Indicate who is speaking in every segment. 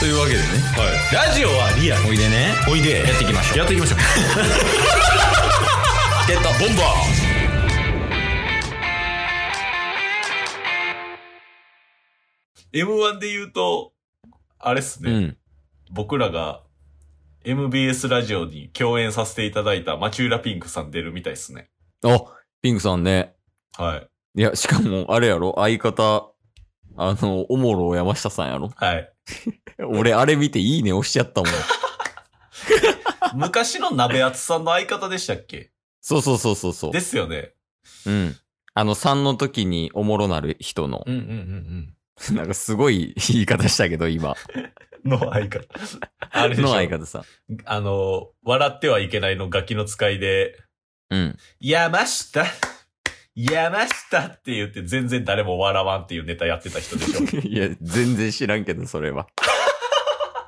Speaker 1: というわけでね
Speaker 2: はい。ラジオはリアル。
Speaker 1: おいでね
Speaker 2: おいで。
Speaker 1: やっていきましょう
Speaker 2: やってい きましょう。
Speaker 1: ゲットボンバ
Speaker 2: ー M1 で言うと、あれっすね。
Speaker 1: うん
Speaker 2: 僕らが MBS ラジオに共演させていただいたマチューラピンクさん出るみたいっすね。
Speaker 1: あピンクさんね
Speaker 2: はい。
Speaker 1: いやしかもあれやろ相方あのおもろ山下さん やろ
Speaker 2: はい。
Speaker 1: 俺あれ見ていいね押しちゃったもん
Speaker 2: 昔の鍋厚さんの相方でしたっけ
Speaker 1: そうそうそうそうそう
Speaker 2: ですよね。
Speaker 1: うんあの3の時におもろなる人の
Speaker 2: うんうんうん
Speaker 1: なんかすごい言い方したけど今
Speaker 2: うん。の相方。あれでしょ
Speaker 1: の相方さん
Speaker 2: あの、笑ってはいけないのガキの使いで、
Speaker 1: うん
Speaker 2: 山下 山下って言って全然誰も笑わんっていうネタやってた人でしょ
Speaker 1: いや全然知らんけどそれは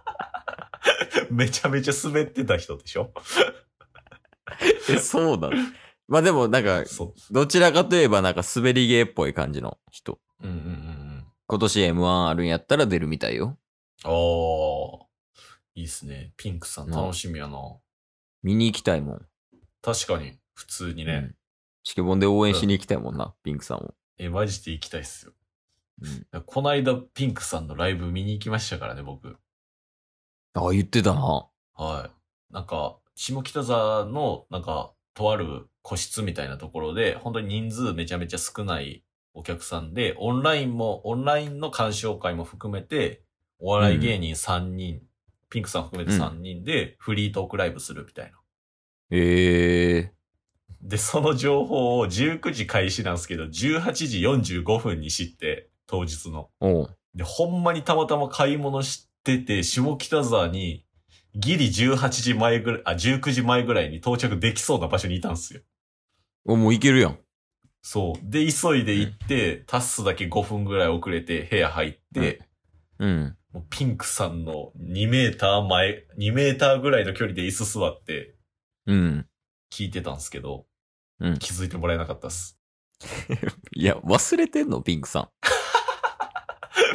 Speaker 2: めちゃめちゃ滑ってた人でしょ
Speaker 1: えそうだ まあでもなんか
Speaker 2: そ
Speaker 1: どちらかといえばなんか滑り芸っぽい感じの人
Speaker 2: う。うんうんうんうん。
Speaker 1: 今年 M1 あるんやったら出るみたいよ。
Speaker 2: ああ、いいっすね。ピンクさん
Speaker 1: うん
Speaker 2: 楽しみやな。
Speaker 1: 見に行きたいもん。
Speaker 2: 確かに、普通に
Speaker 1: う
Speaker 2: ね
Speaker 1: ん。チケボンで応援しに行きたいもんな、ピンクさんを。
Speaker 2: え、マジで行きたいっすよ。
Speaker 1: うん
Speaker 2: こないだピンクさんのライブ見に行きましたからね、僕。
Speaker 1: あ、言ってたな。
Speaker 2: はい。なんか、下北沢の、なんか、とある個室みたいなところで、本当に人数めちゃめちゃ少ないお客さんで、オンラインも、オンラインの鑑賞会も含めて、お笑い芸人3人、ピンクさん含めて3人で、フリートークライブするみたいな。
Speaker 1: ええ
Speaker 2: で、その情報を19時開始なんですけど、18時45分に知って、当日の。
Speaker 1: おう。
Speaker 2: で、ほんまにたまたま買い物してて、下北沢に、ギリ18時前ぐらい、あ、19時前ぐらいに到着できそうな場所にいたんですよ。
Speaker 1: おもう行けるやん。
Speaker 2: そう。で、急いで行って、タッスだけ5分ぐらい遅れて部屋入って、
Speaker 1: うん。
Speaker 2: もうピンクさんの2メーター前、2メーターぐらいの距離で椅子座って
Speaker 1: うん。
Speaker 2: 聞いてたんですけど、
Speaker 1: うん
Speaker 2: 気づいてもらえなかったっす。
Speaker 1: いや、忘れてんのピンクさ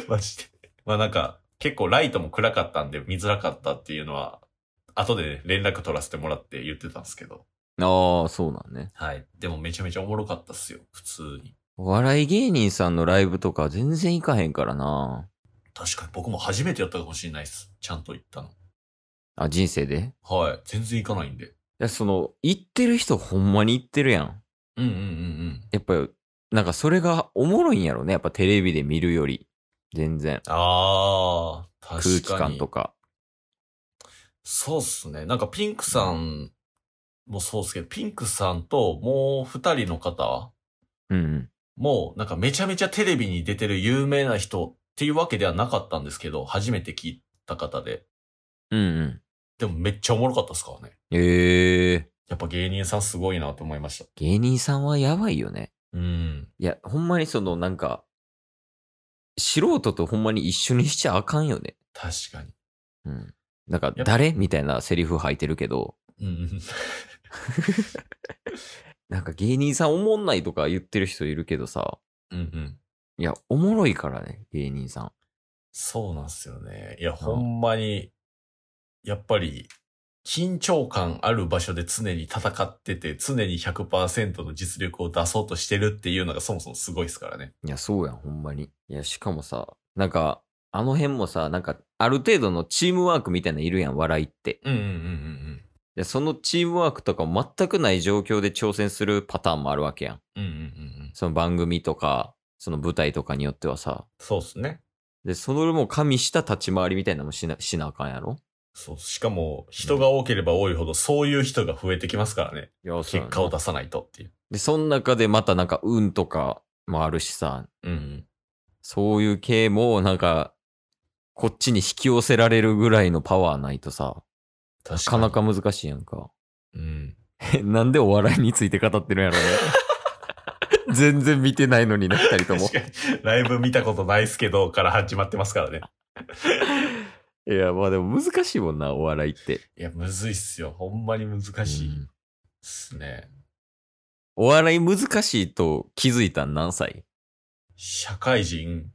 Speaker 2: マジで。まあなんか、結構ライトも暗かったんで見づらかったっていうのは、後で、ね、連絡取らせてもらって言ってたんですけど。
Speaker 1: ん。ああ、そうなんね。
Speaker 2: はい。でもめちゃめちゃおもろかったっすよ、普通に。
Speaker 1: お笑い芸人さんのライブとか全然行かへんからな。
Speaker 2: 確かに僕も初めてやったかもしれないっす。ちゃんと行ったの。
Speaker 1: あ、人生でい
Speaker 2: はい。全然行かないんで。
Speaker 1: や、その、行ってる人ほんまに行ってるやん。
Speaker 2: うんうんうんうん。
Speaker 1: やっぱ、なんかそれがおもろいんやろね。やっぱテレビで見るより。全然。
Speaker 2: あー、確か
Speaker 1: 空
Speaker 2: に。
Speaker 1: 気感とか。
Speaker 2: そうっすね。なんかピンクさんもそうっすけど、ピンクさんともう二人の方
Speaker 1: うんうん。
Speaker 2: もうなんかめちゃめちゃテレビに出てる有名な人っていうわけではなかったんですけど、初めて聞いた方で。
Speaker 1: うんうん。
Speaker 2: でもめっちゃおもろかったっすからね。
Speaker 1: ええ
Speaker 2: やっぱ芸人さんすごいなと思いました。
Speaker 1: 芸人さんはやばいよね。
Speaker 2: うん。
Speaker 1: いや、ほんまにそのなんか、素人とほんまに一緒にしちゃあかんよね。
Speaker 2: 確かに。
Speaker 1: うん。なんか
Speaker 2: やっぱ
Speaker 1: 誰みたいなセリフ吐いてるけど、
Speaker 2: うんうん。
Speaker 1: なんか芸人さんおもんないとか言ってる人いるけどさ、
Speaker 2: うんうん。
Speaker 1: いや、おもろいからね、芸人さん。
Speaker 2: そうなんですよね。いや、ほんまに、やっぱり、緊張感ある場所で常に戦ってて、常に100%の実力を出そうとしてるっていうのがそもそもすごいですからね。
Speaker 1: いや、そうやん、ほんまに。いや、しかもさ、なんか、あの辺もさ、なんか、ある程度のチームワークみたいなのいるやん、笑いって。
Speaker 2: うんうんうんうん
Speaker 1: で、そのチームワークとかも全くない状況で挑戦するパターンもあるわけやん。
Speaker 2: うん。うんうんうんうん。
Speaker 1: その番組とか、その舞台とかによってはさ。
Speaker 2: そうですね。
Speaker 1: で、それも加味した立ち回りみたいなのもしなしなあかんやろ
Speaker 2: そう。しかも、人が多ければ多いほど、そういう人が増えてきますからね。
Speaker 1: いや、
Speaker 2: 結果を出さないとっていう。
Speaker 1: で、その中でまたなんか運とかもあるしさ、
Speaker 2: うんうん。
Speaker 1: そういう系もなんか、こっちに引き寄せられるぐらいのパワーないとさ、
Speaker 2: 確
Speaker 1: なかなか難しいやんか。
Speaker 2: うん。
Speaker 1: えなんでお笑いについて語ってるん やろね。全然見てないのにな、二人とも
Speaker 2: 確。かに、ライブ見たことないっすけど、から始まってますからね。
Speaker 1: いや、まあでも難しいもんな、お笑いって。
Speaker 2: いや、むずいっすよ。ほんまに難しいっ
Speaker 1: うん
Speaker 2: すね。
Speaker 1: お笑い難しいと気づいたん何歳
Speaker 2: 社会人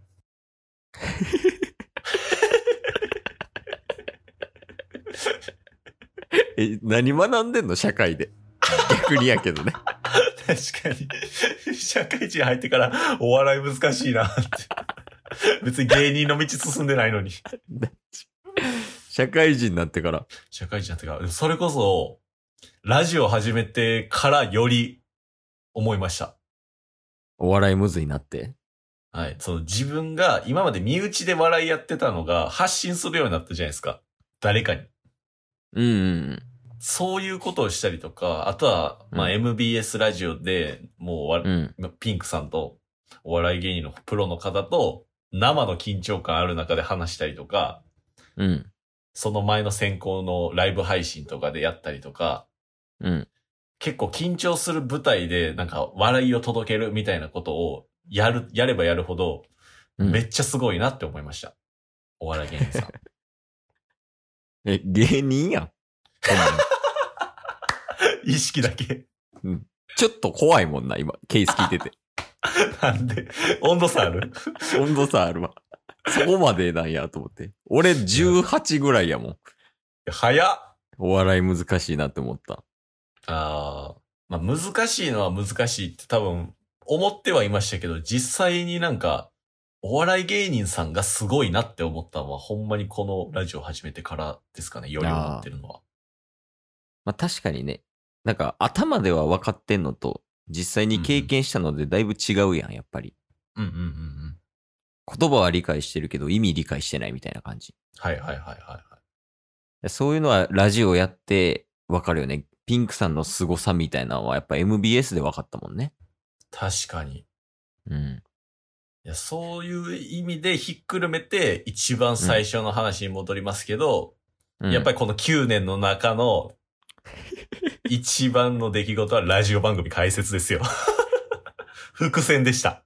Speaker 1: え、何学んでんの社会で。逆にやけどね。
Speaker 2: 確かに。社会人入ってからお笑い難しいなって。別に芸人の道進んでないのに。
Speaker 1: 社会人になってから。
Speaker 2: 社会人だったから、それこそ、ラジオ始めてからより思いました。
Speaker 1: お笑いむずいなって。
Speaker 2: はい。その自分が今まで身内で笑いやってたのが発信するようになったじゃないですか。誰かに。
Speaker 1: うんうん
Speaker 2: そういうことをしたりとか、あとは、まあ、
Speaker 1: うん
Speaker 2: MBS ラジオで、もうわ
Speaker 1: うん。うん。
Speaker 2: ピンクさんと、お笑い芸人のプロの方と、生の緊張感ある中で話したりとか、
Speaker 1: うん。
Speaker 2: その前の先行のライブ配信とかでやったりとか、
Speaker 1: うん。
Speaker 2: 結構緊張する舞台でなんか笑いを届けるみたいなことをやる、やればやるほど、
Speaker 1: うん
Speaker 2: めっちゃすごいなって思いました。お笑い芸人さん。
Speaker 1: え、芸人やん。ほんまに
Speaker 2: 意識だけ。
Speaker 1: ちょっと怖いもんな、今。ケース聞いてて。
Speaker 2: なんで、温度差あ る
Speaker 1: 温度差あるわ。そこまでなんやと思って。俺18ぐらいやもん。
Speaker 2: 早っ
Speaker 1: お笑い難しいなって思った。
Speaker 2: あーまあ、難しいのは難しいって多分思ってはいましたけど、実際になんか、お笑い芸人さんがすごいなって思ったのは、ほんまにこのラジオ始めてからですかね、より思ってるのは。
Speaker 1: まあ確かにね。なんか頭では分かってんのと、実際に経験したのでだいぶ違うやん、やっぱり。
Speaker 2: うんうんうんうん。
Speaker 1: 言葉は理解してるけど意味理解してないみたいな感じ。
Speaker 2: はいはいはいはいはい。
Speaker 1: そういうのはラジオやって分かるよね。ピンクさんの凄さみたいなのはやっぱ MBS で分かったもんね。
Speaker 2: 確かに。
Speaker 1: うん。
Speaker 2: いやそういう意味でひっくるめて、一番最初の話に戻りますけど、やっぱり
Speaker 1: り。
Speaker 2: この9年の中の、一番の出来事はラジオ番組解説ですよ。 伏線でした。